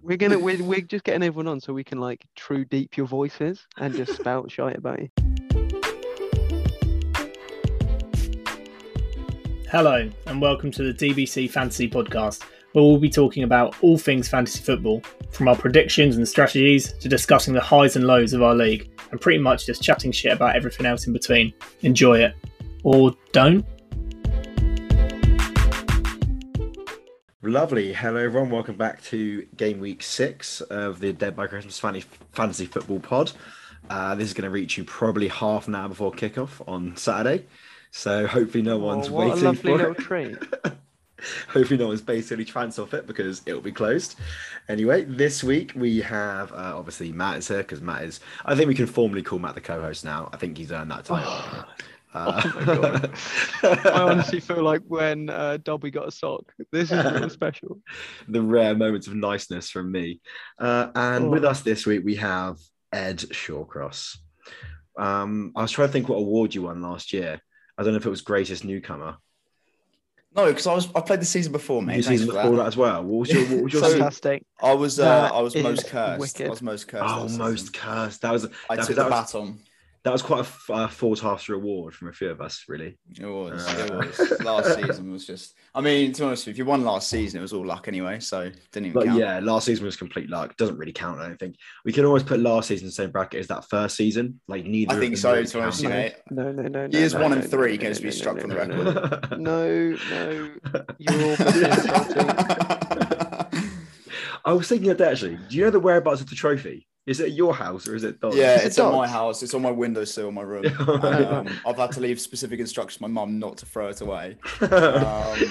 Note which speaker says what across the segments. Speaker 1: We're gonna we're, we're just getting everyone on so we can like true deep your voices and just spout shite about you.
Speaker 2: Hello, and welcome to the DBC Fantasy Podcast, where we'll be talking about all things fantasy football, from our predictions and strategies to discussing the highs and lows of our league, and pretty much just chatting shit about everything else in between. Enjoy it. Or don't.
Speaker 3: Lovely. Hello, everyone. Welcome back to game week six of the Dead by Christmas Fanny- Fantasy Football Pod. Uh, this is going to reach you probably half an hour before kickoff on Saturday. So hopefully, no one's
Speaker 1: Oh, what a
Speaker 3: waiting
Speaker 1: lovely
Speaker 3: for
Speaker 1: little
Speaker 3: it.
Speaker 1: treat.
Speaker 3: Hopefully, no one's basically transfer fit because it'll be closed. Anyway, this week we have uh, obviously Matt is here because Matt is. I think we can formally call Matt the co-host now. I think he's earned that
Speaker 1: Oh
Speaker 3: title. Uh,
Speaker 1: I honestly feel like when uh, Dobby got a sock. This is a little special.
Speaker 3: the rare moments of niceness from me. Uh, and
Speaker 1: Oh.
Speaker 3: with us this week, we have Ed Shawcross. Um, I was trying to think what award you won last year. I don't know if it was greatest newcomer.
Speaker 4: No, because I was I played the season before, mate.
Speaker 3: You
Speaker 4: Thanks
Speaker 3: season
Speaker 4: for
Speaker 3: before
Speaker 4: that.
Speaker 3: that as well. What was your, what was your
Speaker 4: So-
Speaker 1: Fantastic.
Speaker 4: I was uh,
Speaker 1: That
Speaker 4: I was
Speaker 1: is
Speaker 4: most cursed.
Speaker 1: wicked.
Speaker 4: I was most cursed.
Speaker 3: Oh,
Speaker 4: that
Speaker 3: most
Speaker 4: season.
Speaker 3: cursed. That was
Speaker 4: I
Speaker 3: that-
Speaker 4: took
Speaker 3: that
Speaker 4: the
Speaker 3: was-
Speaker 4: baton.
Speaker 3: that was quite a f- uh, full task reward from a few of us, really.
Speaker 4: It was.
Speaker 3: Uh.
Speaker 4: It was. Last season was just. I mean, to be honest, with you, if you won last season, it was all luck anyway, so didn't even
Speaker 3: But
Speaker 4: count.
Speaker 3: yeah, last season was complete luck. Doesn't really count. I don't think we can always put last season in the same bracket as that first season. Like neither.
Speaker 4: I
Speaker 3: of
Speaker 4: think
Speaker 3: them
Speaker 4: so,
Speaker 3: really
Speaker 4: to be honest,
Speaker 3: count.
Speaker 4: you know.
Speaker 1: No, no, no, no.
Speaker 4: Years
Speaker 1: no,
Speaker 4: one
Speaker 1: no,
Speaker 4: and
Speaker 1: no,
Speaker 4: three
Speaker 1: no,
Speaker 4: gets to
Speaker 1: no,
Speaker 4: be
Speaker 1: no,
Speaker 4: struck
Speaker 1: no,
Speaker 4: from the
Speaker 1: no,
Speaker 4: record.
Speaker 1: No, no, no. you're all being insulting.
Speaker 3: I was thinking of that actually. Do you know the whereabouts of the trophy? Is it at your house or is it? Don's?
Speaker 4: yeah,
Speaker 1: It's a
Speaker 4: it's in my
Speaker 1: dog.
Speaker 4: house. It's on my windowsill in my room.
Speaker 3: Yeah.
Speaker 4: And, um, I've had to leave specific instructions to my mum not to throw it away. Um,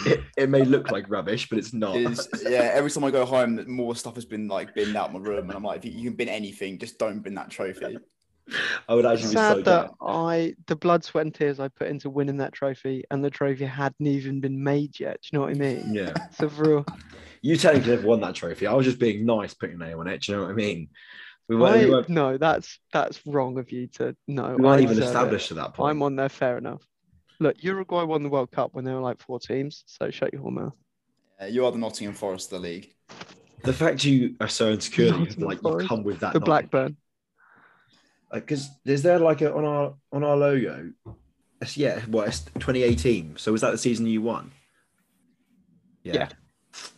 Speaker 3: it, it may look like rubbish, but it's not.
Speaker 4: is yeah every time i go home that more stuff has been like binned out my room and i'm like if you, you can bin anything just don't bin that trophy
Speaker 3: I would actually
Speaker 1: It's
Speaker 3: be so
Speaker 1: sad that
Speaker 3: down.
Speaker 1: I, the blood, sweat, and tears I put into winning that trophy, and the trophy hadn't even been made yet. Do you know what I mean?
Speaker 3: Yeah,
Speaker 1: So for real,
Speaker 3: you technically have won that trophy. I was just being nice, putting your name on it. Do you know what I mean? We weren't, we
Speaker 1: I,
Speaker 3: weren't,
Speaker 1: no, that's that's wrong of you to no.
Speaker 3: we
Speaker 1: I
Speaker 3: weren't even
Speaker 1: deserve it.
Speaker 3: established at that point.
Speaker 1: I'm on there. Fair enough. Look, Uruguay won the World Cup when there were like four teams, so shut your whole mouth.
Speaker 4: Uh, you are the nottingham forest of the league
Speaker 3: The fact you are so insecure, that you have,
Speaker 1: Nottingham
Speaker 3: like you
Speaker 1: Forest.
Speaker 3: come with that.
Speaker 1: The Blackburn.
Speaker 3: because is there like a, on our on our logo? It's, yeah, what it's 2018. So was that the season you won? Yeah.
Speaker 1: Yeah.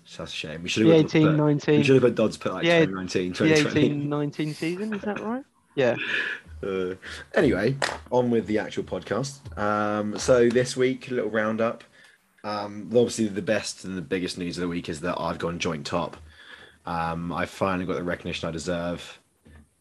Speaker 3: So that's a shame. We should
Speaker 1: The
Speaker 3: have got- but-
Speaker 1: 18
Speaker 3: We
Speaker 1: 19.
Speaker 3: should have had Dodds put like
Speaker 1: Yeah,
Speaker 3: 2019,
Speaker 1: The
Speaker 3: 2020.
Speaker 1: 18 19 season, is that right? Yeah.
Speaker 3: Uh, anyway, on with the actual podcast. Um, so this week, a little roundup. Um, obviously, the best and the biggest news of the week is that I've gone joint top. Um, I finally got the recognition I deserve,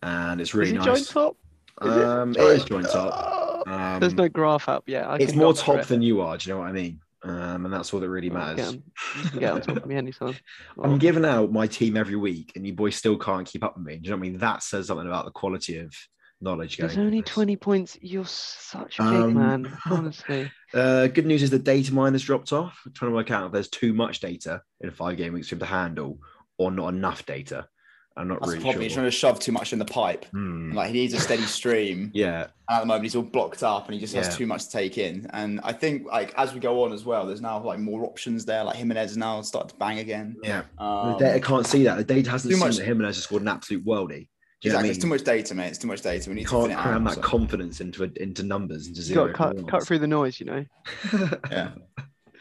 Speaker 3: and it's really
Speaker 1: is it
Speaker 3: nice.
Speaker 1: joint top? Is it
Speaker 3: Um, it is joint top.
Speaker 1: Oh,
Speaker 3: Um,
Speaker 1: There's no graph up yet. I
Speaker 3: it's
Speaker 1: can
Speaker 3: more
Speaker 1: go for
Speaker 3: top
Speaker 1: it.
Speaker 3: than you are. Do you know what I mean? Um, and that's all that really
Speaker 1: Oh,
Speaker 3: matters.
Speaker 1: Get on, you can get on top of me anytime.
Speaker 3: I'm giving out my team every week, and you boys still can't keep up with me. Do you know what I mean? That says something about the quality of knowledge. Going
Speaker 1: There's only
Speaker 3: into this.
Speaker 1: 20 points. You're such a big
Speaker 3: Um,
Speaker 1: man, honestly.
Speaker 3: Uh, good news is the data mine has dropped off. I'm trying to work out if there's too much data in a five game week stream to handle or not enough data. I'm not
Speaker 4: that's the problem
Speaker 3: really
Speaker 4: he's
Speaker 3: sure.
Speaker 4: trying to shove too much in the pipe
Speaker 3: Hmm.
Speaker 4: like he needs a steady stream
Speaker 3: Yeah,
Speaker 4: and at the moment he's all blocked up and he just
Speaker 3: Yeah.
Speaker 4: has too much to take in and i think like as we go on as well there's now like more options there like jimenez now start to bang again
Speaker 3: yeah.
Speaker 4: um,
Speaker 3: the data can't see that. The data hasn't
Speaker 4: too
Speaker 3: seen
Speaker 4: much-
Speaker 3: that Jimenez has scored an absolute worldie. Do you know what I
Speaker 4: exactly
Speaker 3: mean?
Speaker 4: it's too much data mate it's too much data we need
Speaker 3: You
Speaker 4: to
Speaker 3: can't
Speaker 4: thin it
Speaker 3: cram that
Speaker 4: out, so-
Speaker 3: confidence into a, into numbers into
Speaker 1: You've
Speaker 3: zero.
Speaker 1: got to cut, cut through the noise, you know.
Speaker 4: yeah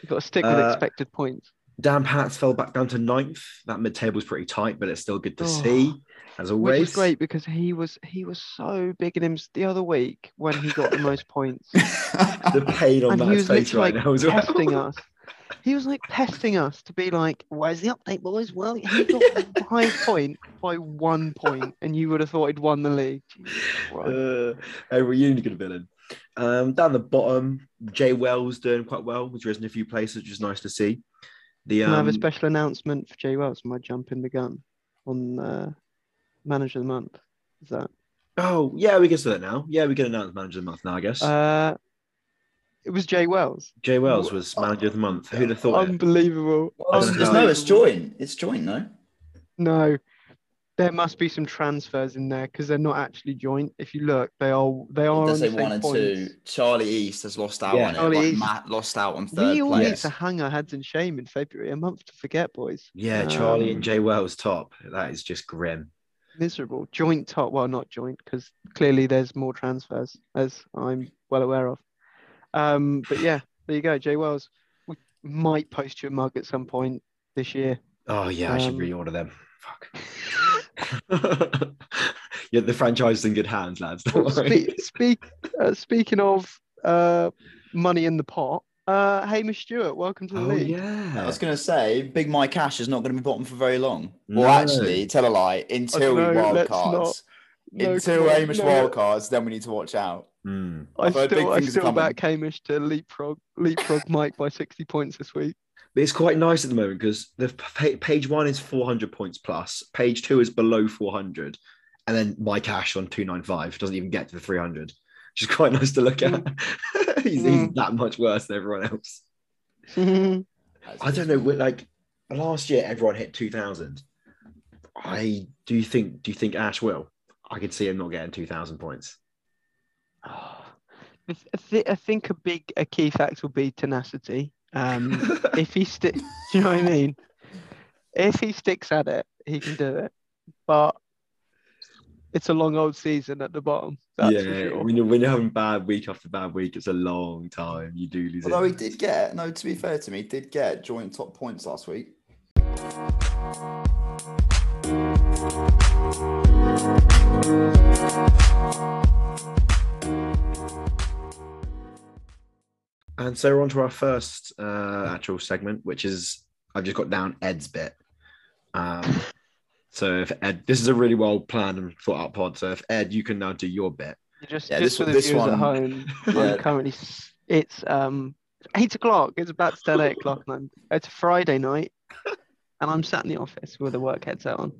Speaker 1: You've got to stick with
Speaker 3: Uh,
Speaker 1: expected points.
Speaker 3: Dan Pats fell back down to ninth. That mid table's pretty tight, but it's still good to
Speaker 1: Oh.
Speaker 3: see, as always.
Speaker 1: Which was great because he was he was so big in him the other week when he got the most points.
Speaker 3: The pain on
Speaker 1: and he
Speaker 3: Matt's
Speaker 1: was
Speaker 3: face
Speaker 1: literally
Speaker 3: right
Speaker 1: like
Speaker 3: now as well.
Speaker 1: pesting us. He was like pesting us to be like, "Where's the update, boys?" Well, he got the high point by one point, and you would have thought he'd won the league. Jesus Christ.
Speaker 3: Uh, Edward Union, good villain. Um, down the bottom, Jay Wells doing quite well. He's risen a few places, which is nice to see. The
Speaker 1: Can I have a
Speaker 3: um,
Speaker 1: special announcement for Jay Wells? Am I jumping the gun on uh, manager of the month? Is that?
Speaker 3: oh yeah, we can say that now. Yeah, we can announce manager of the month now. I guess
Speaker 1: Uh, it was Jay Wells.
Speaker 3: Jay Wells was manager of the month. Who'd have thought? it?
Speaker 1: Unbelievable.
Speaker 4: Well,
Speaker 3: don't
Speaker 4: there's
Speaker 3: know.
Speaker 4: no it's joint it's joint no
Speaker 1: No, There must be some transfers in there because they're not actually joint. If you look, they are they are on
Speaker 4: Does
Speaker 1: the
Speaker 4: say
Speaker 1: same
Speaker 4: one and two?
Speaker 1: points.
Speaker 4: Charlie East has lost out
Speaker 3: Yeah.
Speaker 4: on it.
Speaker 1: Charlie
Speaker 4: Like
Speaker 1: East.
Speaker 4: Matt lost out on third
Speaker 1: We all need
Speaker 4: place.
Speaker 1: to hang our heads in shame in February, a month to forget, boys.
Speaker 3: Yeah, Charlie
Speaker 1: Um,
Speaker 3: and Jay Wells top. That is just grim.
Speaker 1: Miserable. Joint top, well, not joint because clearly there's more transfers as I'm well aware of. Um, but yeah, there you go, Jay Wells. We might post you a mug at some point this year.
Speaker 3: Oh yeah, I should
Speaker 1: Um,
Speaker 3: reorder them. Fuck. yeah, the franchise is in good hands, lads. Don't
Speaker 1: Well,
Speaker 3: worry.
Speaker 1: spe- speak, uh, speaking of uh, money in the pot, uh, Hamish Stewart, welcome to the
Speaker 3: Oh
Speaker 1: league.
Speaker 4: I
Speaker 3: yeah.
Speaker 4: was going to say, Big My Cash is not going to be bottom for very long.
Speaker 3: No.
Speaker 4: Well, actually, tell a lie. Until
Speaker 1: no,
Speaker 4: we wild
Speaker 1: let's
Speaker 4: cards,
Speaker 1: No,
Speaker 4: until
Speaker 1: come on,
Speaker 4: Amos
Speaker 1: no.
Speaker 4: wild cards, then we need to watch out.
Speaker 3: Mm.
Speaker 1: I
Speaker 4: I've heard big
Speaker 1: still, I
Speaker 4: things are
Speaker 1: still
Speaker 4: coming.
Speaker 1: back Hamish to leapfrog, leapfrog Mike by 60 points this week.
Speaker 3: But it's quite nice at the moment because the pa- page one is 400 points plus, page two is below 400, and then my cash on 295 doesn't even get to the 300, which is quite nice to look at. he's, he's
Speaker 1: Mm.
Speaker 3: that much worse than everyone else.
Speaker 1: Mhm.
Speaker 3: I don't know. we're Like last year, everyone hit 2000. I do you think? Do you think Ash will? I could see him not getting 2000 points.
Speaker 1: I, th- I think a big a key fact will be tenacity. Um, if he stick, you know what I mean? If he sticks at it, he can do it. But it's a long old season at the bottom. That's for
Speaker 3: yeah,
Speaker 1: sure.
Speaker 3: when you're, when you're having bad week after bad week, it's a long time. You do lose.
Speaker 4: Although
Speaker 3: it.
Speaker 4: he did get, no, to be fair to me, he did get joint top points last week.
Speaker 3: And so we're on to our first uh, actual segment, which is I've just got down Ed's bit. Um, so if Ed, this is a really well planned and thought out pod. So if Ed, you can now do your bit.
Speaker 1: You Just,
Speaker 4: Yeah,
Speaker 1: just
Speaker 4: this-
Speaker 1: for the
Speaker 4: this
Speaker 1: viewers at
Speaker 4: one-
Speaker 1: home,
Speaker 4: Yeah.
Speaker 1: I'm currently s- it's um eight o'clock. It's about to turn eight o'clock, and I'm, it's a Friday night, and I'm sat in the office with a work headset on.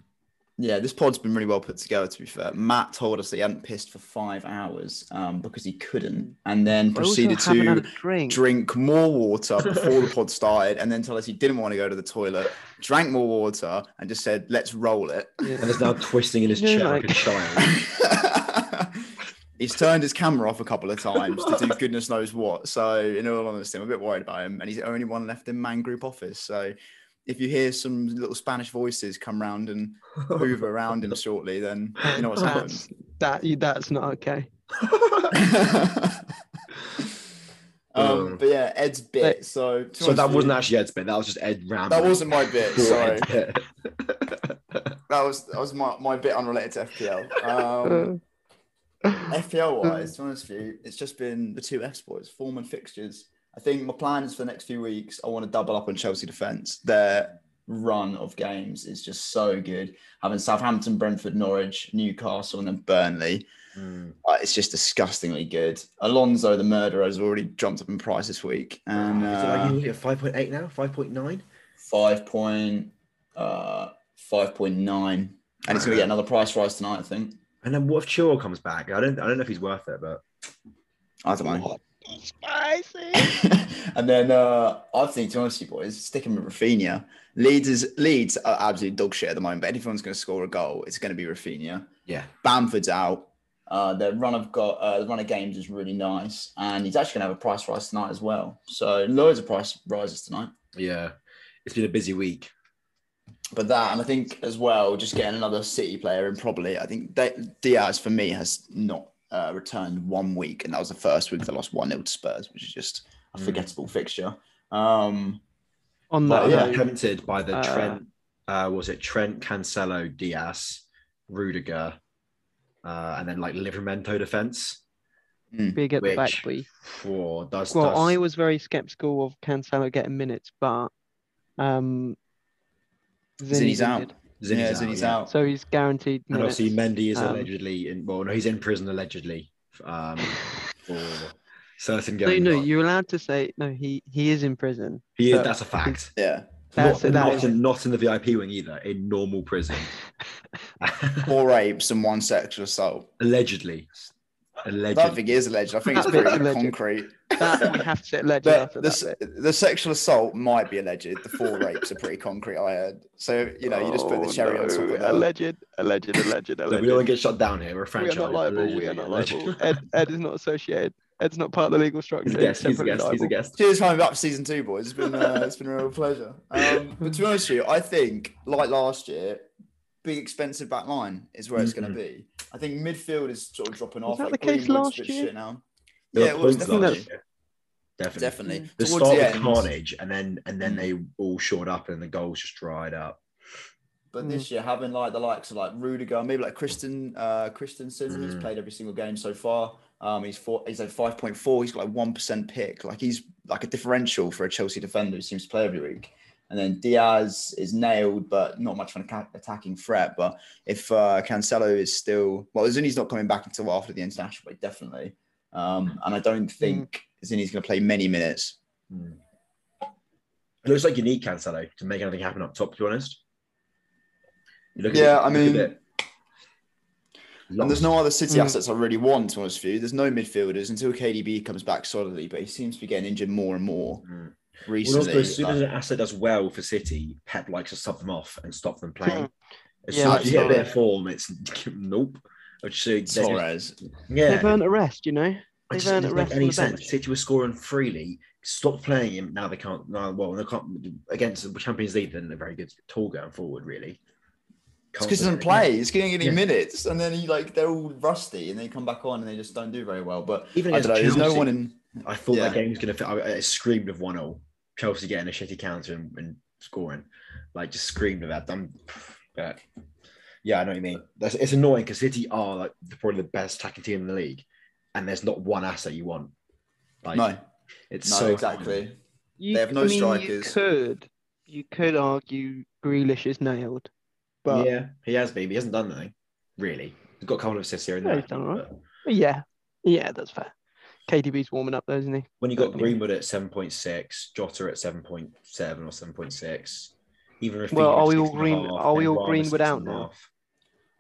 Speaker 4: Yeah, this pod's been really well put together. To be fair, Matt told us that he hadn't pissed for five hours um, because he couldn't, and then
Speaker 1: I also
Speaker 4: proceeded
Speaker 1: haven't had a
Speaker 4: to
Speaker 1: drink.
Speaker 4: drink more water before the pod started, and then told us he didn't want to go to the toilet, drank more water, and just said, "Let's roll it."
Speaker 3: And is now twisting in his
Speaker 1: You know,
Speaker 3: chair like a
Speaker 1: like-
Speaker 3: child.
Speaker 4: he's turned his camera off a couple of times to do goodness knows what. So, in all honesty, I'm a bit worried about him. And he's the only one left in man group office. So, if you hear some little Spanish voices come round and hoover around him shortly, then you know what's
Speaker 1: That's that you- that's not okay.
Speaker 4: happened. um,
Speaker 3: Um,
Speaker 4: but yeah, Ed's bit. So, to
Speaker 3: so
Speaker 4: be honest
Speaker 3: that
Speaker 4: with
Speaker 3: wasn't
Speaker 4: you,
Speaker 3: actually Ed's bit. That was just Ed rambling.
Speaker 4: that wasn't my bit.
Speaker 3: Poor
Speaker 4: Sorry,
Speaker 3: Ed's bit.
Speaker 4: that was that was my, my bit unrelated to FPL. Um,
Speaker 1: Uh,
Speaker 4: FPL wise, to be honest with you, it's just been the two F sports, form and fixtures. I think my plan is for the next few weeks, I want to double up on Chelsea defence. Their run of games is just so good. Having Southampton, Brentford, Norwich, Newcastle, and then Burnley.
Speaker 3: Mm.
Speaker 4: Uh, it's just disgustingly good. Alonso, the murderer, has already jumped up in price this week. And
Speaker 3: Is it like
Speaker 4: uh,
Speaker 3: you at 5.8 now? 5.9?
Speaker 4: five point uh five point nine. And it's gonna get another price rise tonight, I think.
Speaker 3: And then what if Chilwell comes back? I don't I don't know if he's worth it, but
Speaker 4: I don't know.
Speaker 1: Spicy.
Speaker 4: and then uh, I think, to be honest with you boys, sticking with Rafinha, Leeds is Leeds are absolute dog shit at the moment. But if anyone's going to score a goal, it's going to be Rafinha.
Speaker 3: yeah.
Speaker 4: Bamford's out. Uh, their run of got uh, the run of games is really nice, and he's actually going to have a price rise tonight as well. So loads of price rises tonight.
Speaker 3: Yeah. It's been a busy week.
Speaker 4: But that, and I think as well, just getting another City player in probably. I think Da- Diaz for me has not uh, returned one week, and that was the first week they lost one 0 to Spurs, which is just a
Speaker 3: Mm.
Speaker 4: forgettable fixture. Um,
Speaker 1: On that,
Speaker 3: But
Speaker 4: yeah.
Speaker 3: Mm, yeah,
Speaker 1: note,
Speaker 3: tempted by the
Speaker 1: Uh,
Speaker 3: Trent, uh, what was it Trent Cancelo, Diaz, Rudiger, uh, and then like Livermento defense.
Speaker 1: big at the back,
Speaker 3: Which-
Speaker 1: please.
Speaker 3: For does,
Speaker 1: Well,
Speaker 3: does-
Speaker 1: I was very skeptical of Cancelo getting minutes, but um,
Speaker 4: Zinny's out.
Speaker 1: injured,
Speaker 3: Zinny's
Speaker 4: yeah,
Speaker 3: out,
Speaker 4: Zinny's
Speaker 3: yeah.
Speaker 4: out.
Speaker 1: so he's guaranteed
Speaker 3: and
Speaker 1: minutes.
Speaker 3: obviously Mendy is
Speaker 1: Um,
Speaker 3: allegedly in. Well, no, he's in prison allegedly um, for certain
Speaker 1: no,
Speaker 3: going.
Speaker 1: no,
Speaker 3: on.
Speaker 1: you're allowed to say no. He he is in prison.
Speaker 3: he is,
Speaker 1: but-
Speaker 3: that's a fact.
Speaker 4: yeah.
Speaker 1: That's
Speaker 3: not,
Speaker 1: that
Speaker 3: not
Speaker 1: is-
Speaker 3: in, not in the VIP wing either. In normal prison,
Speaker 4: Four rapes and one sexual assault.
Speaker 3: allegedly. A
Speaker 4: I
Speaker 3: legend.
Speaker 4: don't think it is alleged. I think it's
Speaker 1: That bit's
Speaker 4: pretty
Speaker 1: alleged.
Speaker 4: concrete.
Speaker 1: That we have to set legend
Speaker 4: But
Speaker 1: after
Speaker 4: the,
Speaker 1: that.
Speaker 4: s-
Speaker 1: bit.
Speaker 4: the sexual assault might be alleged. The four rapes are pretty concrete, I heard. So, you know, you just put the
Speaker 1: Oh,
Speaker 4: cherry on top
Speaker 1: no.
Speaker 4: of that.
Speaker 1: Alleged, alleged, alleged,
Speaker 3: Look, we don't want
Speaker 1: alleged.
Speaker 3: to get shut down here. We're
Speaker 1: We
Speaker 3: a
Speaker 1: are
Speaker 3: franchise.
Speaker 1: not liable. We are not liable. Ed, Ed is not associated. Ed's not part of the legal structure.
Speaker 3: He's a guest. He's a
Speaker 1: separately
Speaker 3: guest. He's a
Speaker 1: liable.
Speaker 3: guest.
Speaker 4: Cheers for having me back for season two, boys. It's been uh, it's been a real pleasure. Um, but to be honest with you, I think like last year, big expensive back line is where it's going
Speaker 3: Mhm.
Speaker 4: to be. I think midfield is sort of dropping
Speaker 1: Mm-hmm. Was
Speaker 4: off.
Speaker 1: that
Speaker 4: like
Speaker 1: the case
Speaker 4: Greenwood's
Speaker 1: last
Speaker 4: a bit
Speaker 1: year?
Speaker 4: shit now.
Speaker 3: There
Speaker 4: Yeah,
Speaker 3: were
Speaker 4: it was
Speaker 3: points
Speaker 4: definitely-
Speaker 3: last year. Definitely.
Speaker 1: Mm.
Speaker 4: Definitely
Speaker 3: The
Speaker 4: towards
Speaker 3: start
Speaker 4: the
Speaker 3: was
Speaker 4: end.
Speaker 3: carnage, and then and then they all shored up, and the goals just dried up.
Speaker 4: But this year, having like the likes of like Rudiger, maybe like Kristen uh, Christensen, who's
Speaker 3: Mhm.
Speaker 4: played every single game so far. Um, he's four, he's like five point four. He's got like one percent pick. Like he's like a differential for a Chelsea defender who seems to play every week. And then Diaz is nailed, but not much of an atta- attacking threat. But if uh, Cancelo is still well, Zuni's not coming back until after the international break, definitely. Um, and I don't think Zuni's going to play many minutes.
Speaker 3: Mm. It looks like you need Cancelo to make anything happen up top. To be honest, You look at
Speaker 4: Yeah,
Speaker 3: it- look
Speaker 4: I
Speaker 3: at
Speaker 4: mean,
Speaker 3: it.
Speaker 4: And there's no other City
Speaker 1: Mm.
Speaker 4: assets I really want, to be honest with you. There's no midfielders until KDB comes back solidly, but he seems to be getting injured more and more
Speaker 3: Mm. Well,
Speaker 4: recently.
Speaker 3: also, as soon as
Speaker 4: Like,
Speaker 3: an asset does well for City, Pep likes to sub them off and stop them playing. As
Speaker 1: Hmm. Yeah,
Speaker 3: soon as you get
Speaker 4: absolutely.
Speaker 3: their form, it's nope. I just, they just-
Speaker 4: Torres.
Speaker 1: They've
Speaker 3: yeah,
Speaker 1: earned a rest, you know.
Speaker 3: I just
Speaker 1: they've earned
Speaker 3: didn't
Speaker 1: a
Speaker 3: make
Speaker 1: rest on
Speaker 3: any
Speaker 1: the
Speaker 3: sense.
Speaker 1: bench.
Speaker 3: City was scoring freely, stopped playing him. Now they can't. Now, well, they can't against the Champions League. Then they're very good tall going forward, really.
Speaker 4: It's
Speaker 3: Can't
Speaker 4: because he doesn't
Speaker 3: it.
Speaker 4: play. He's getting any
Speaker 3: Yeah.
Speaker 4: minutes, and then he like they're all rusty, and they come back on and they just don't do very well. But
Speaker 3: Even
Speaker 4: I
Speaker 3: against
Speaker 4: don't know. There's no
Speaker 3: Chelsea,
Speaker 4: one in.
Speaker 3: I thought that
Speaker 4: Yeah.
Speaker 3: game was going to. I, I screamed of one 0 Chelsea getting a shitty counter and, and scoring, like just screamed of that. I'm, but yeah, I know what you mean. That's, it's annoying because City are like the- probably the best attacking team in the league, and there's not one asset you want. Like
Speaker 4: No,
Speaker 3: it's
Speaker 4: no,
Speaker 3: so annoying.
Speaker 4: exactly.
Speaker 1: You,
Speaker 4: They have no
Speaker 1: I mean, You
Speaker 4: strikers.
Speaker 1: could, you could argue Grealish is nailed, but yeah,
Speaker 3: yeah, he has been. but He hasn't done anything really. He's got a couple of assists here and
Speaker 1: Yeah,
Speaker 3: there.
Speaker 1: he's done all right.
Speaker 3: but
Speaker 1: yeah, that's fair. KDB's warming up though, isn't he?
Speaker 3: When you got
Speaker 1: Okay.
Speaker 3: Greenwood at seven point six, Jota at seven point seven or seven point six, even Rafinha
Speaker 1: Well, are
Speaker 3: at
Speaker 1: we all
Speaker 3: 6.5,
Speaker 1: green- are we
Speaker 3: then
Speaker 1: all
Speaker 3: Varane at
Speaker 1: Greenwood
Speaker 3: 6.5.
Speaker 1: out now?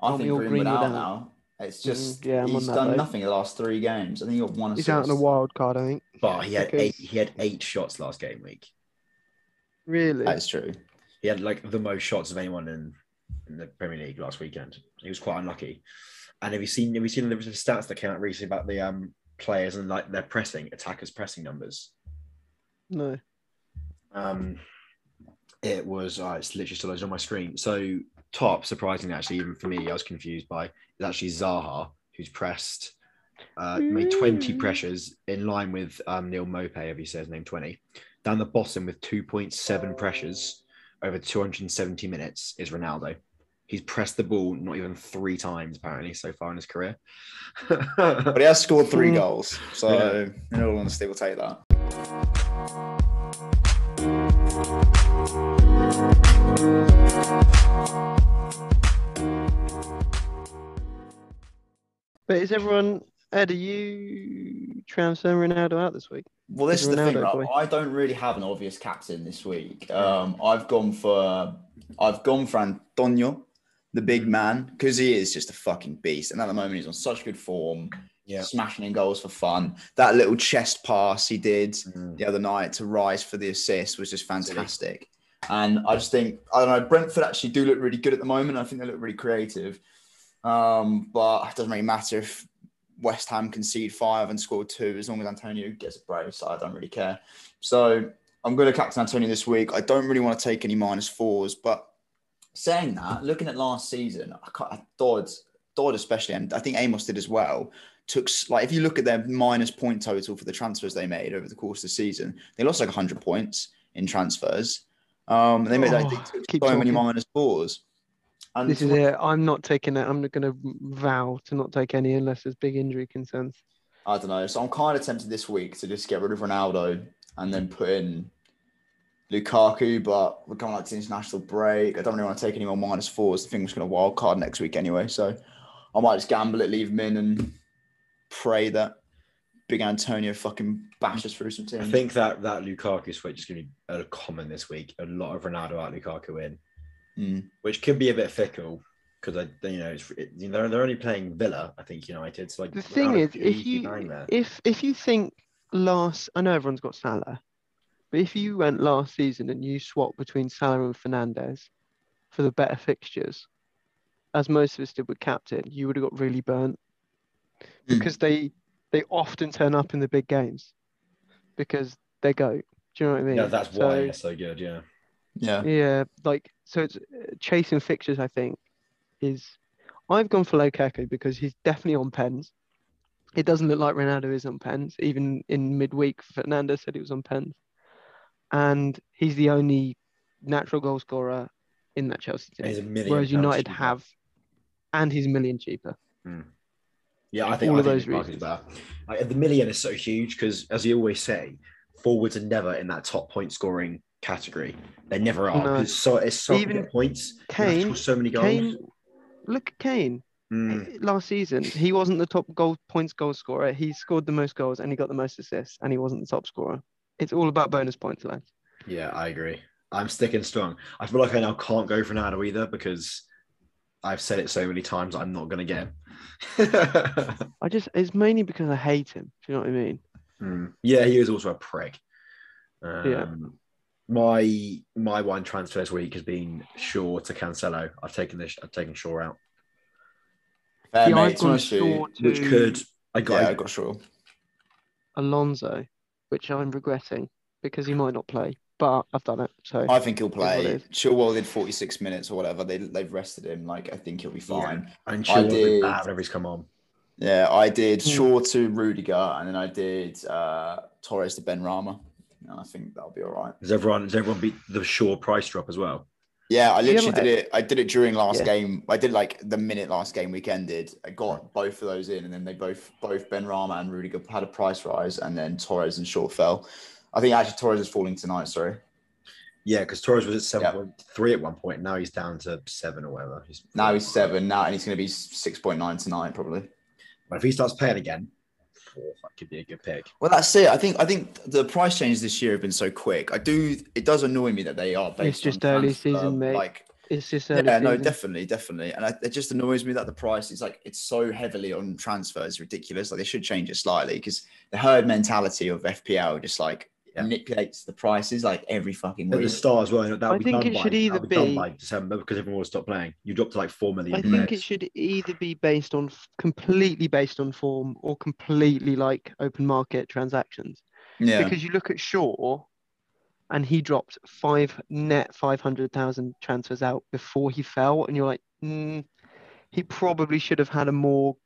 Speaker 4: I
Speaker 1: Aren't
Speaker 4: think
Speaker 1: we all
Speaker 4: Greenwood
Speaker 1: Greenwood
Speaker 4: out
Speaker 1: out?
Speaker 4: now. It's
Speaker 1: Mm,
Speaker 4: just
Speaker 1: yeah, I'm on
Speaker 4: he's
Speaker 1: that
Speaker 4: done
Speaker 1: boat.
Speaker 4: nothing in the last three games. I think he got one
Speaker 1: He's
Speaker 4: assist.
Speaker 1: out on a wild card, I think.
Speaker 3: But he had
Speaker 1: Because-
Speaker 3: eight. He had eight shots last game week.
Speaker 1: Really?
Speaker 4: That is true.
Speaker 3: He had like the most shots of anyone in, in the Premier League last weekend. He was quite unlucky. And have you seen have you seen the stats that came out recently about the um players and like their pressing attackers pressing numbers?
Speaker 1: No.
Speaker 3: Um, it was uh, it's literally still on my screen. So top surprisingly actually even for me I was confused by is actually Zaha who's pressed. Uh, made 20
Speaker 1: Mm.
Speaker 3: pressures in line with um, Neil Mope, if he says name 20. Down the bottom with 2.7 pressures over 270 minutes is Ronaldo. He's pressed the ball not even three times apparently so far in his career.
Speaker 4: But he has scored three
Speaker 1: Mm.
Speaker 4: goals, so in all honesty, we'll take that.
Speaker 1: But is everyone Ed, are you transferring Ronaldo out this week?
Speaker 4: Well, this is
Speaker 1: Is
Speaker 4: the thing,
Speaker 1: Ronaldo
Speaker 4: right?
Speaker 1: boy.
Speaker 4: I don't really have an obvious captain this week. Um, I've gone for I've gone for Antonio, the
Speaker 1: Mm.
Speaker 4: big man, because he is just a fucking beast. And at the moment, he's on such good form,
Speaker 3: Yeah.
Speaker 4: smashing in goals for fun. That little chest pass he did
Speaker 3: Mm.
Speaker 4: the other night to Rice for the assist was just fantastic. And I just think I don't know Brentford actually do look really good at the moment. I think they look really creative, um, but it doesn't really matter if West Ham concede five and score two as long as Antonio gets a brace. I don't really care. So I'm going to captain Antonio this week. I don't really want to take any minus fours, but saying that, looking at last season, I can't, Dodd, Dodd especially, and I think Amos did as well took s- like if you look at their minus point total for the transfers they made over the course of the season, they lost like 100 points in transfers. Um, they made like, they
Speaker 1: Oh,
Speaker 4: took so
Speaker 1: keep
Speaker 4: many
Speaker 1: talking.
Speaker 4: minus fours. And
Speaker 1: This is it. I'm not taking it. I'm going to vow to not take any unless there's big injury concerns.
Speaker 4: I don't know. So I'm kind of tempted this week to just get rid of Ronaldo and then put in Lukaku, but we're coming like to the international break. I don't really want to take any more minus fours. The thing was going to wild card next week anyway, so I might just gamble it, leave him in, and pray that Big Antonio fucking bashes through some teams.
Speaker 3: I think that that Lukaku switch is going to be a common this week. A lot of Ronaldo out, Lukaku in,
Speaker 4: Mm.
Speaker 3: which could be a bit fickle. because I, you know, it's, it, you know, they're only playing Villa. I think United. So like
Speaker 1: The thing is, if you if if you think last, I know everyone's got Salah, but if you went last season and you swap between Salah and Fernandez for the better fixtures, as most of us did with captain, you would have got really burnt
Speaker 3: Hmm.
Speaker 4: Mm.
Speaker 1: because they they often turn up in the big games because they go. Do you know what I mean?
Speaker 3: yeah, that's
Speaker 1: So-
Speaker 3: why they're so good. Yeah,
Speaker 4: Yeah.
Speaker 1: yeah, like so it's uh, chasing fixtures. I think is I've gone for Lukaku because he's definitely on pens. It doesn't look like Ronaldo is on pens. Even in midweek, Fernando said he was on pens, and he's the only natural goal scorer in that Chelsea
Speaker 3: And he's a
Speaker 1: team.
Speaker 3: million.
Speaker 1: Whereas
Speaker 3: pounds
Speaker 1: United
Speaker 3: cheaper.
Speaker 1: have, and he's a million cheaper.
Speaker 3: Yeah, I think
Speaker 1: all
Speaker 3: I
Speaker 1: of
Speaker 3: think
Speaker 1: those
Speaker 3: Lukaku's
Speaker 1: reasons.
Speaker 3: better. Like, the million is so huge because, as you always say, forwards are never in that top point scoring category. They never are.
Speaker 1: No.
Speaker 3: 'cause It's so it's so
Speaker 1: Even
Speaker 3: many points. You have to
Speaker 1: Kane-
Speaker 3: score so many goals.
Speaker 1: Kane, look at Kane.
Speaker 3: Mm.
Speaker 1: Eh, last season, he wasn't the top goal points goal scorer. He scored the most goals and he got the most assists, and he wasn't the top scorer. It's all about bonus points, lads.
Speaker 3: Yeah, I agree. I'm sticking strong. I feel like I now can't go for Ronaldo either because I've said it so many times. I'm not going to get. him.
Speaker 1: I just it's mainly because I hate him. Do you know what I mean?
Speaker 3: Mm. Yeah, he was also a prick. Um,
Speaker 1: Yeah.
Speaker 3: My my one transfer this week has been Shaw to Cancelo. I've taken this. I've taken Shaw out,
Speaker 4: Fair
Speaker 1: Yeah,
Speaker 4: mate,
Speaker 1: I've
Speaker 4: to be
Speaker 1: gone
Speaker 4: honest with you.
Speaker 1: Shaw to
Speaker 3: which could I got.
Speaker 4: Yeah, I got Shaw.
Speaker 1: Alonso, which I'm regretting because he might not play, but I've done it. So
Speaker 4: I think he'll
Speaker 1: Is what
Speaker 4: play.
Speaker 1: it
Speaker 4: Chilwell did 46 minutes or whatever. They, they've rested him. Like, I think he'll be fine.
Speaker 3: and
Speaker 4: I
Speaker 3: Shaw has been
Speaker 4: did.
Speaker 3: bad whenever he's come on.
Speaker 4: Yeah, I did
Speaker 1: Hmm.
Speaker 4: Shaw to Rudiger and then I did uh, Torres to Ben Rama. And I think that'll be all right.
Speaker 3: Has everyone has everyone beat the Shaw price drop as well?
Speaker 4: Yeah, I
Speaker 1: Yeah,
Speaker 4: literally
Speaker 1: but-
Speaker 4: did it. I did it during last
Speaker 1: Yeah.
Speaker 4: game. I did like the minute last game week ended. I
Speaker 1: Hmm.
Speaker 4: got both of those in, and then they both both Ben Rama and Rudiger had a price rise, and then Torres and Short fell. I think actually Torres is falling tonight. Sorry,
Speaker 3: Yeah, because Torres was at seven
Speaker 4: Yeah.
Speaker 3: point three at one point. Now he's down to seven or whatever. He's
Speaker 4: now he's seven now, and he's going to be six point nine tonight probably.
Speaker 3: But if he starts playing again, four, Oh, that could be a good pick.
Speaker 4: Well, that's it. I think I think the price changes this year have been so quick. I do. It does annoy me that they are based.
Speaker 1: just
Speaker 4: on
Speaker 1: early
Speaker 4: transfer,
Speaker 1: season, mate.
Speaker 4: Like
Speaker 1: it's just
Speaker 4: Yeah,
Speaker 1: early
Speaker 4: no,
Speaker 1: season.
Speaker 4: definitely, definitely, and I, it just annoys me that the price is like it's so heavily on transfers, ridiculous. Like they should change it slightly because the herd mentality of FPL just like
Speaker 3: Yeah.
Speaker 4: manipulates the prices like every fucking
Speaker 3: At the
Speaker 4: week.
Speaker 3: start as well, that
Speaker 1: I
Speaker 3: would be
Speaker 1: think
Speaker 3: done
Speaker 1: it
Speaker 3: by,
Speaker 1: should
Speaker 3: that'll
Speaker 1: either
Speaker 3: be done
Speaker 1: be-
Speaker 3: by December because everyone will stop playing. You dropped to like four million.
Speaker 1: I think
Speaker 3: players.
Speaker 1: it should either be based on f- completely based on form or completely like open market transactions.
Speaker 4: yeah,
Speaker 1: because you look at Shaw, and he dropped five net five hundred thousand transfers out before he fell, and you're like, mm, he probably should have had a more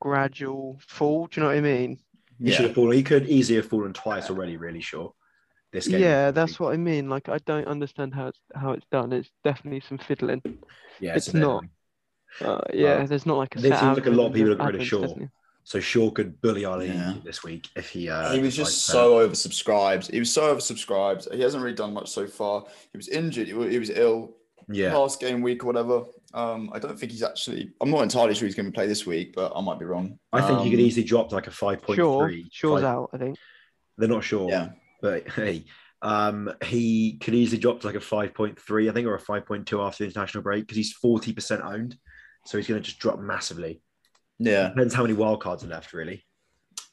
Speaker 1: gradual fall. Do you know what I mean?
Speaker 3: He should
Speaker 4: yeah.
Speaker 3: have fallen. He could easily have fallen twice already. Really sure. This game.
Speaker 1: yeah, that's what I mean. Like I don't understand how it's how it's done. It's definitely some fiddling.
Speaker 3: Yeah,
Speaker 1: it's
Speaker 3: a bit
Speaker 1: not.
Speaker 3: annoying.
Speaker 1: Uh, yeah, there's not like a.
Speaker 3: it
Speaker 1: set
Speaker 3: seems like a lot
Speaker 1: algorithm
Speaker 3: of people
Speaker 1: that
Speaker 3: are really
Speaker 1: happens,
Speaker 3: sure.
Speaker 1: doesn't it?
Speaker 3: So Shaw could bully Ali
Speaker 4: Yeah.
Speaker 3: this week if he. Uh,
Speaker 4: he was
Speaker 3: decides
Speaker 4: just
Speaker 3: to-
Speaker 4: so oversubscribed. He was so oversubscribed. He hasn't really done much so far. He was injured. He wa- he was ill.
Speaker 3: Yeah,
Speaker 4: last game week or whatever. Um, I don't think he's actually. I'm not entirely sure he's going to play this week, but I might be wrong.
Speaker 3: I think he could
Speaker 4: Um,
Speaker 3: easily drop like a five point
Speaker 1: Shaw,
Speaker 3: three.
Speaker 1: Shaw's out. I think.
Speaker 3: They're not sure.
Speaker 4: Yeah,
Speaker 3: but hey, um, he could easily drop to like a 5.3, I think, or a 5.2 after the international break because he's 40% owned. So he's going to just drop massively.
Speaker 4: yeah.
Speaker 3: Depends how many wild cards are left, really.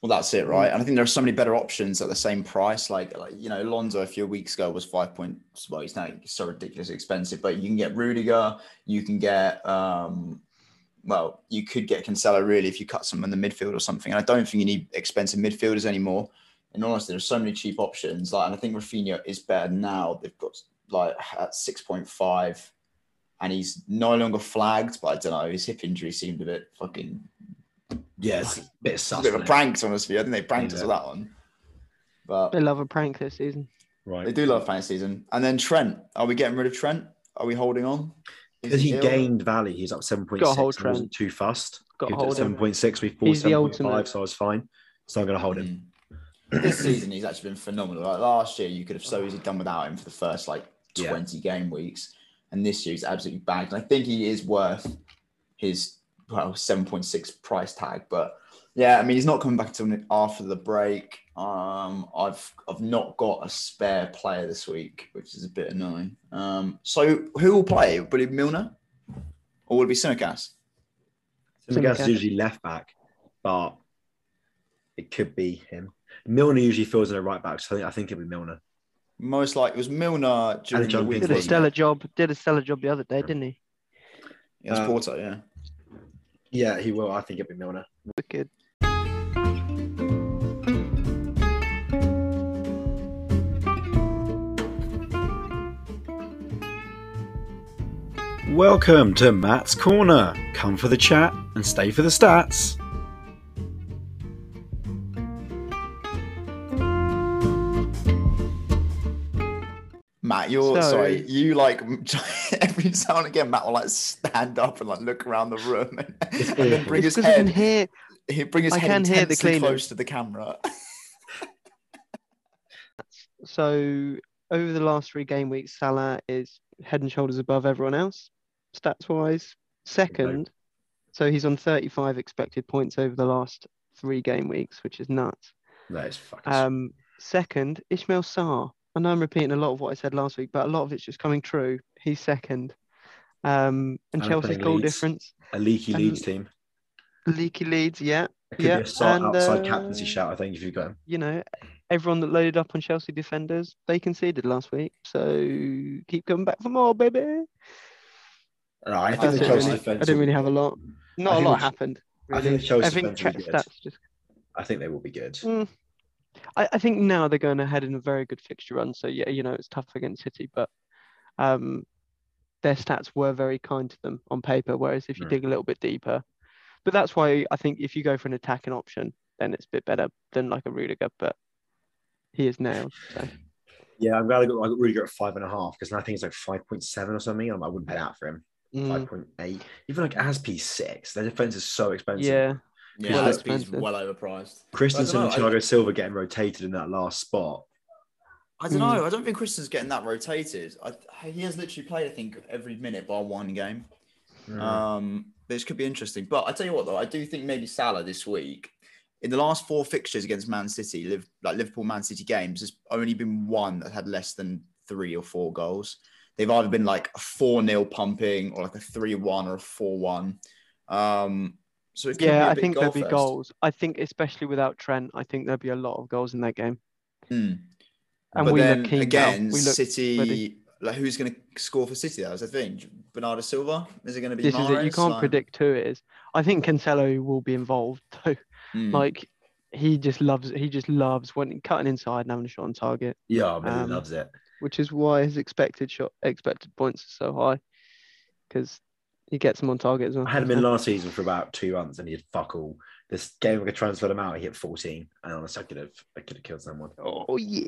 Speaker 4: Well, that's it, right? And I think there are so many better options at the same price. Like, like you know, Lonzo a few weeks ago was five point. Well, he's now so ridiculously expensive, but you can get Rudiger. You can get. um Well, you could get Cancelo really if you cut some in the midfield or something. And I don't think you need expensive midfielders anymore. And honestly, there's so many cheap options. Like, and I think Rafinha is better now. They've got like at six point five, and he's no longer flagged. But I don't know. His hip injury seemed a bit fucking
Speaker 3: Yeah, it's a bit
Speaker 4: it's a
Speaker 3: sus.
Speaker 4: bit of
Speaker 3: isn't
Speaker 4: a
Speaker 3: it?
Speaker 4: prank, to be honest with you. I think they pranked us
Speaker 3: Yeah.
Speaker 4: with that one. But
Speaker 1: They love a prank this season.
Speaker 3: Right.
Speaker 4: they do love fantasy season. And then Trent. Are we getting rid of Trent? Are we holding on? Is
Speaker 3: Because he
Speaker 4: ill?
Speaker 3: gained value, he's up 7.6.
Speaker 1: Got a hold,
Speaker 3: and I wasn't
Speaker 1: Trent.
Speaker 3: too fussed.
Speaker 1: Got
Speaker 3: He
Speaker 1: a
Speaker 3: was
Speaker 1: hold
Speaker 3: at
Speaker 1: him.
Speaker 3: 7.6. We
Speaker 1: He's
Speaker 3: forced
Speaker 1: the
Speaker 3: 7.5,
Speaker 1: ultimate.
Speaker 3: so I was fine. So I'm going to hold him.
Speaker 4: Mm. this season he's actually been phenomenal. Like last year, you could have so easily done without him for the first like
Speaker 3: Oh. Yeah.
Speaker 4: 20 game weeks. And this year he's absolutely bagged. And I think he is worth his well 7.6 price tag. But yeah, I mean he's not coming back until after the break. Um I've I've not got a spare player this week, which is a bit annoying. Um so who will play? Will it be Milner? Or would it be Simicast?
Speaker 3: Simigas
Speaker 1: Tsimikas.
Speaker 3: is usually left back, but it could be him. Milner usually fills in a right back, so I think I think it'd be Milner.
Speaker 4: Most like it was Milner during the
Speaker 3: John
Speaker 4: week.
Speaker 1: Did a
Speaker 3: Pickford.
Speaker 4: wasn't
Speaker 1: stellar job. Did a stellar job the other day, didn't he?
Speaker 4: it? It was
Speaker 3: Uh,
Speaker 4: Porto, yeah.
Speaker 3: Yeah, he will. I think it'd be Milner.
Speaker 1: Wicked.
Speaker 3: Welcome to Matt's Corner. Come for the chat and stay for the stats.
Speaker 4: Matt, you're
Speaker 1: So-
Speaker 4: sorry. You like every now and again, Matt will like stand up and like look around the room and,
Speaker 3: It's
Speaker 4: and then
Speaker 3: awful.
Speaker 4: bring his
Speaker 1: It's 'cause I can
Speaker 4: head.
Speaker 1: hear.
Speaker 4: He bring his
Speaker 1: I
Speaker 4: head
Speaker 1: can hear the
Speaker 4: intensely
Speaker 1: cleaner.
Speaker 4: close to the camera.
Speaker 1: So over the last three game weeks, Salah is head and shoulders above everyone else, stats wise. Second, so he's on 35 expected points over the last three game weeks, which is nuts.
Speaker 3: That is fucking.
Speaker 1: Um, second, Ishmael Saar. I know I'm repeating a lot of what I said last week, but a lot of it's just coming true. He's second. Um, and
Speaker 3: And
Speaker 1: Chelsea's
Speaker 3: playing
Speaker 1: goal
Speaker 3: Leeds.
Speaker 1: difference,
Speaker 3: a leaky
Speaker 1: um,
Speaker 3: Leeds team.
Speaker 1: leaky leads, yeah.
Speaker 3: It could
Speaker 1: yeah,
Speaker 3: be a sort
Speaker 1: and,
Speaker 3: outside
Speaker 1: uh,
Speaker 3: captaincy shout. I think if you've got him.
Speaker 1: You know, everyone that loaded up on Chelsea defenders, they conceded last week. So keep coming back for more, baby.
Speaker 3: All right, I think
Speaker 1: That's
Speaker 3: the
Speaker 1: it,
Speaker 3: Chelsea
Speaker 1: really.
Speaker 3: defense.
Speaker 1: I didn't
Speaker 3: will
Speaker 1: really
Speaker 3: be
Speaker 1: have a
Speaker 3: good.
Speaker 1: lot.
Speaker 3: I
Speaker 1: Not a
Speaker 3: think
Speaker 1: lot
Speaker 3: the-
Speaker 1: happened.
Speaker 3: I
Speaker 1: Really.
Speaker 3: think the Chelsea
Speaker 1: I think
Speaker 3: defense will be
Speaker 1: Chet-
Speaker 3: good.
Speaker 1: stats just.
Speaker 3: I think they will be good.
Speaker 1: Mm. I, I think now they're going ahead in a very good fixture run. So yeah, you know it's tough against City, but um, their stats were very kind to them on paper. Whereas if you
Speaker 3: Mm.
Speaker 1: dig a little bit deeper, but that's why I think if you go for an attacking option, then it's a bit better than like a Rudiger. But he is nailed. So.
Speaker 3: Yeah, I'm glad I got, I got Rudiger at five and a half because now I think it's like five point seven or something. I'm, I wouldn't pay that for him.
Speaker 1: Mm,
Speaker 3: Five point eight, even like Asp six. Their defense is so expensive.
Speaker 1: yeah,
Speaker 3: Yeah,
Speaker 4: Yeah,
Speaker 3: that's
Speaker 4: it's been
Speaker 1: expensive.
Speaker 4: well overpriced.
Speaker 3: Christensen
Speaker 4: I
Speaker 3: and
Speaker 4: don't know, I-
Speaker 3: Thiago Silva getting rotated in that last spot.
Speaker 4: I
Speaker 1: Hmm.
Speaker 4: don't know. I don't think Christian's getting that rotated. I, he has literally played, I think, every minute bar one game.
Speaker 1: Mm.
Speaker 4: Um, this could be interesting. But I tell you what, though, I do think maybe Salah this week, in the last four fixtures against Man City, live, like Liverpool Man City games, there's only been one that had less than three or four goals. They've either been like a 4 0 pumping or like a 3 1 or a 4 1. Um, so it could be
Speaker 1: yeah.
Speaker 4: a
Speaker 1: I
Speaker 4: big
Speaker 1: think
Speaker 4: goal
Speaker 1: there'll be
Speaker 4: fest.
Speaker 1: goals. I think especially without Trent, I think there'll be a lot of goals in that game.
Speaker 4: Hmm.
Speaker 1: And
Speaker 4: but
Speaker 1: we
Speaker 4: then
Speaker 1: look keen now.
Speaker 4: again,
Speaker 1: We look
Speaker 4: City,
Speaker 1: ready.
Speaker 4: like who's going to score for City? That was the thing. Bernardo Silva is it going to be? um,
Speaker 1: this is it. You
Speaker 4: Mahrez?
Speaker 1: can't
Speaker 4: Like,
Speaker 1: predict who it is. I think Cancelo will be involved though.
Speaker 4: hmm.
Speaker 1: Like he just loves he just loves when cutting inside and having a shot on target,
Speaker 3: yeah, I mean,
Speaker 1: um,
Speaker 3: he loves it.
Speaker 1: which is why his expected shot expected points are so high because he gets them on target as well.
Speaker 3: I had him in last season for about two months and he had fuck all. This game I could transfer him out, he hit 14. And honestly, I could have I could have killed someone.
Speaker 1: Oh yeah!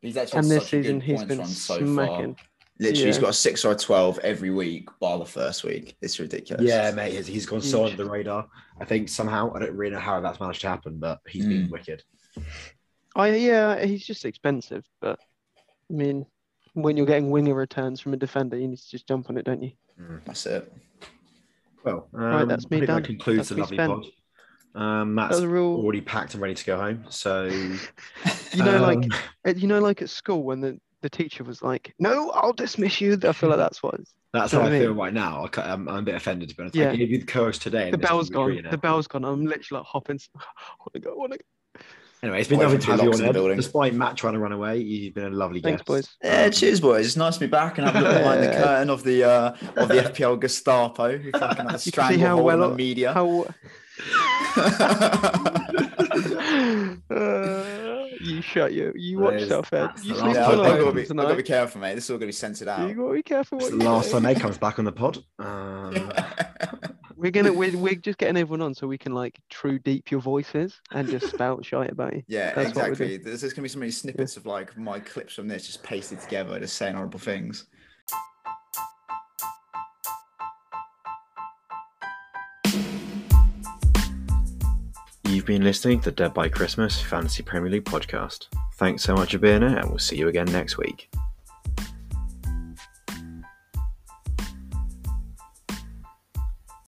Speaker 4: he's actually
Speaker 1: And
Speaker 4: had
Speaker 1: this
Speaker 4: such a good
Speaker 1: season he's
Speaker 4: points
Speaker 1: been
Speaker 4: run so
Speaker 1: smacking.
Speaker 4: Far. Literally, he's
Speaker 1: Yeah.
Speaker 4: got a six or a twelve every week, bar the first week. It's ridiculous.
Speaker 3: Yeah, mate, he's, he's gone so
Speaker 1: Huge.
Speaker 3: under the radar. I think somehow I don't really know how that's managed to happen, but he's been wicked.
Speaker 1: I yeah, he's just expensive, but I mean, when you're getting winger returns from a defender, you need to just jump on it, don't you?
Speaker 4: that's it.
Speaker 3: Well, um,
Speaker 1: Right, that's me
Speaker 3: I think
Speaker 1: done.
Speaker 3: that concludes
Speaker 1: That's
Speaker 3: the
Speaker 1: me
Speaker 3: lovely
Speaker 1: spent.
Speaker 3: pod. Um,
Speaker 1: That
Speaker 3: Matt's
Speaker 1: was a real
Speaker 3: already packed and ready to go home. So
Speaker 1: You know, like
Speaker 3: um,
Speaker 1: Uh, You know, like at school when the, the teacher was like, "No, I'll dismiss you." I feel like that's what it's-
Speaker 3: that's
Speaker 1: you
Speaker 3: how
Speaker 1: know
Speaker 3: I
Speaker 1: what I
Speaker 3: feel
Speaker 1: mean?
Speaker 3: right now. I, ca- I'm, I'm a bit offended to be honest.
Speaker 1: Yeah.
Speaker 3: I gave you the courage today. and
Speaker 1: the
Speaker 3: this
Speaker 1: bell's
Speaker 3: is regretting
Speaker 1: gone.
Speaker 3: it.
Speaker 1: The bell's gone. I'm literally like hopping. I want to go. I want to go.
Speaker 3: Anyway, it's been
Speaker 4: Wait
Speaker 3: lovely
Speaker 4: for
Speaker 3: to
Speaker 4: two
Speaker 3: have you
Speaker 4: locks
Speaker 3: on,
Speaker 4: in the
Speaker 3: Ed.
Speaker 4: building.
Speaker 3: Despite Matt trying to run away, you've been a lovely
Speaker 1: Thanks,
Speaker 3: guest.
Speaker 1: boys.
Speaker 4: Yeah,
Speaker 3: Um,
Speaker 4: Uh, cheers, boys. It's nice to be back and have a look behind the
Speaker 1: Yeah.
Speaker 4: curtain of the uh, of the FPL Gestapo, who fucking have
Speaker 1: You
Speaker 4: a
Speaker 1: can see how
Speaker 4: stranglehold
Speaker 1: well
Speaker 4: on
Speaker 1: o-
Speaker 4: the media.
Speaker 1: How? Uh, you shut you. You watch
Speaker 3: There's-
Speaker 1: yourself, Ed.
Speaker 3: that's
Speaker 1: You
Speaker 3: the
Speaker 1: sleep
Speaker 3: last
Speaker 4: yeah, I've
Speaker 1: well
Speaker 3: one.
Speaker 4: got
Speaker 1: over
Speaker 4: to be, I've got to be
Speaker 1: tonight.
Speaker 4: careful, mate. This is all going to be censored out.
Speaker 1: You gotta be careful.
Speaker 3: It's
Speaker 1: What
Speaker 3: the
Speaker 1: you
Speaker 3: last
Speaker 1: say.
Speaker 3: time they comes back on the pod. Um,
Speaker 1: We're gonna we're, we're just getting everyone on so we can like true deep your voices and just spout shite about you.
Speaker 4: Yeah,
Speaker 1: That's what we
Speaker 4: exactly. There's, there's gonna be so many snippets of like my clips from this just pasted together, just saying horrible things.
Speaker 3: You've been listening to the Dead by Christmas Fantasy Premier League podcast. Thanks so much for being here, and we'll see you again next week.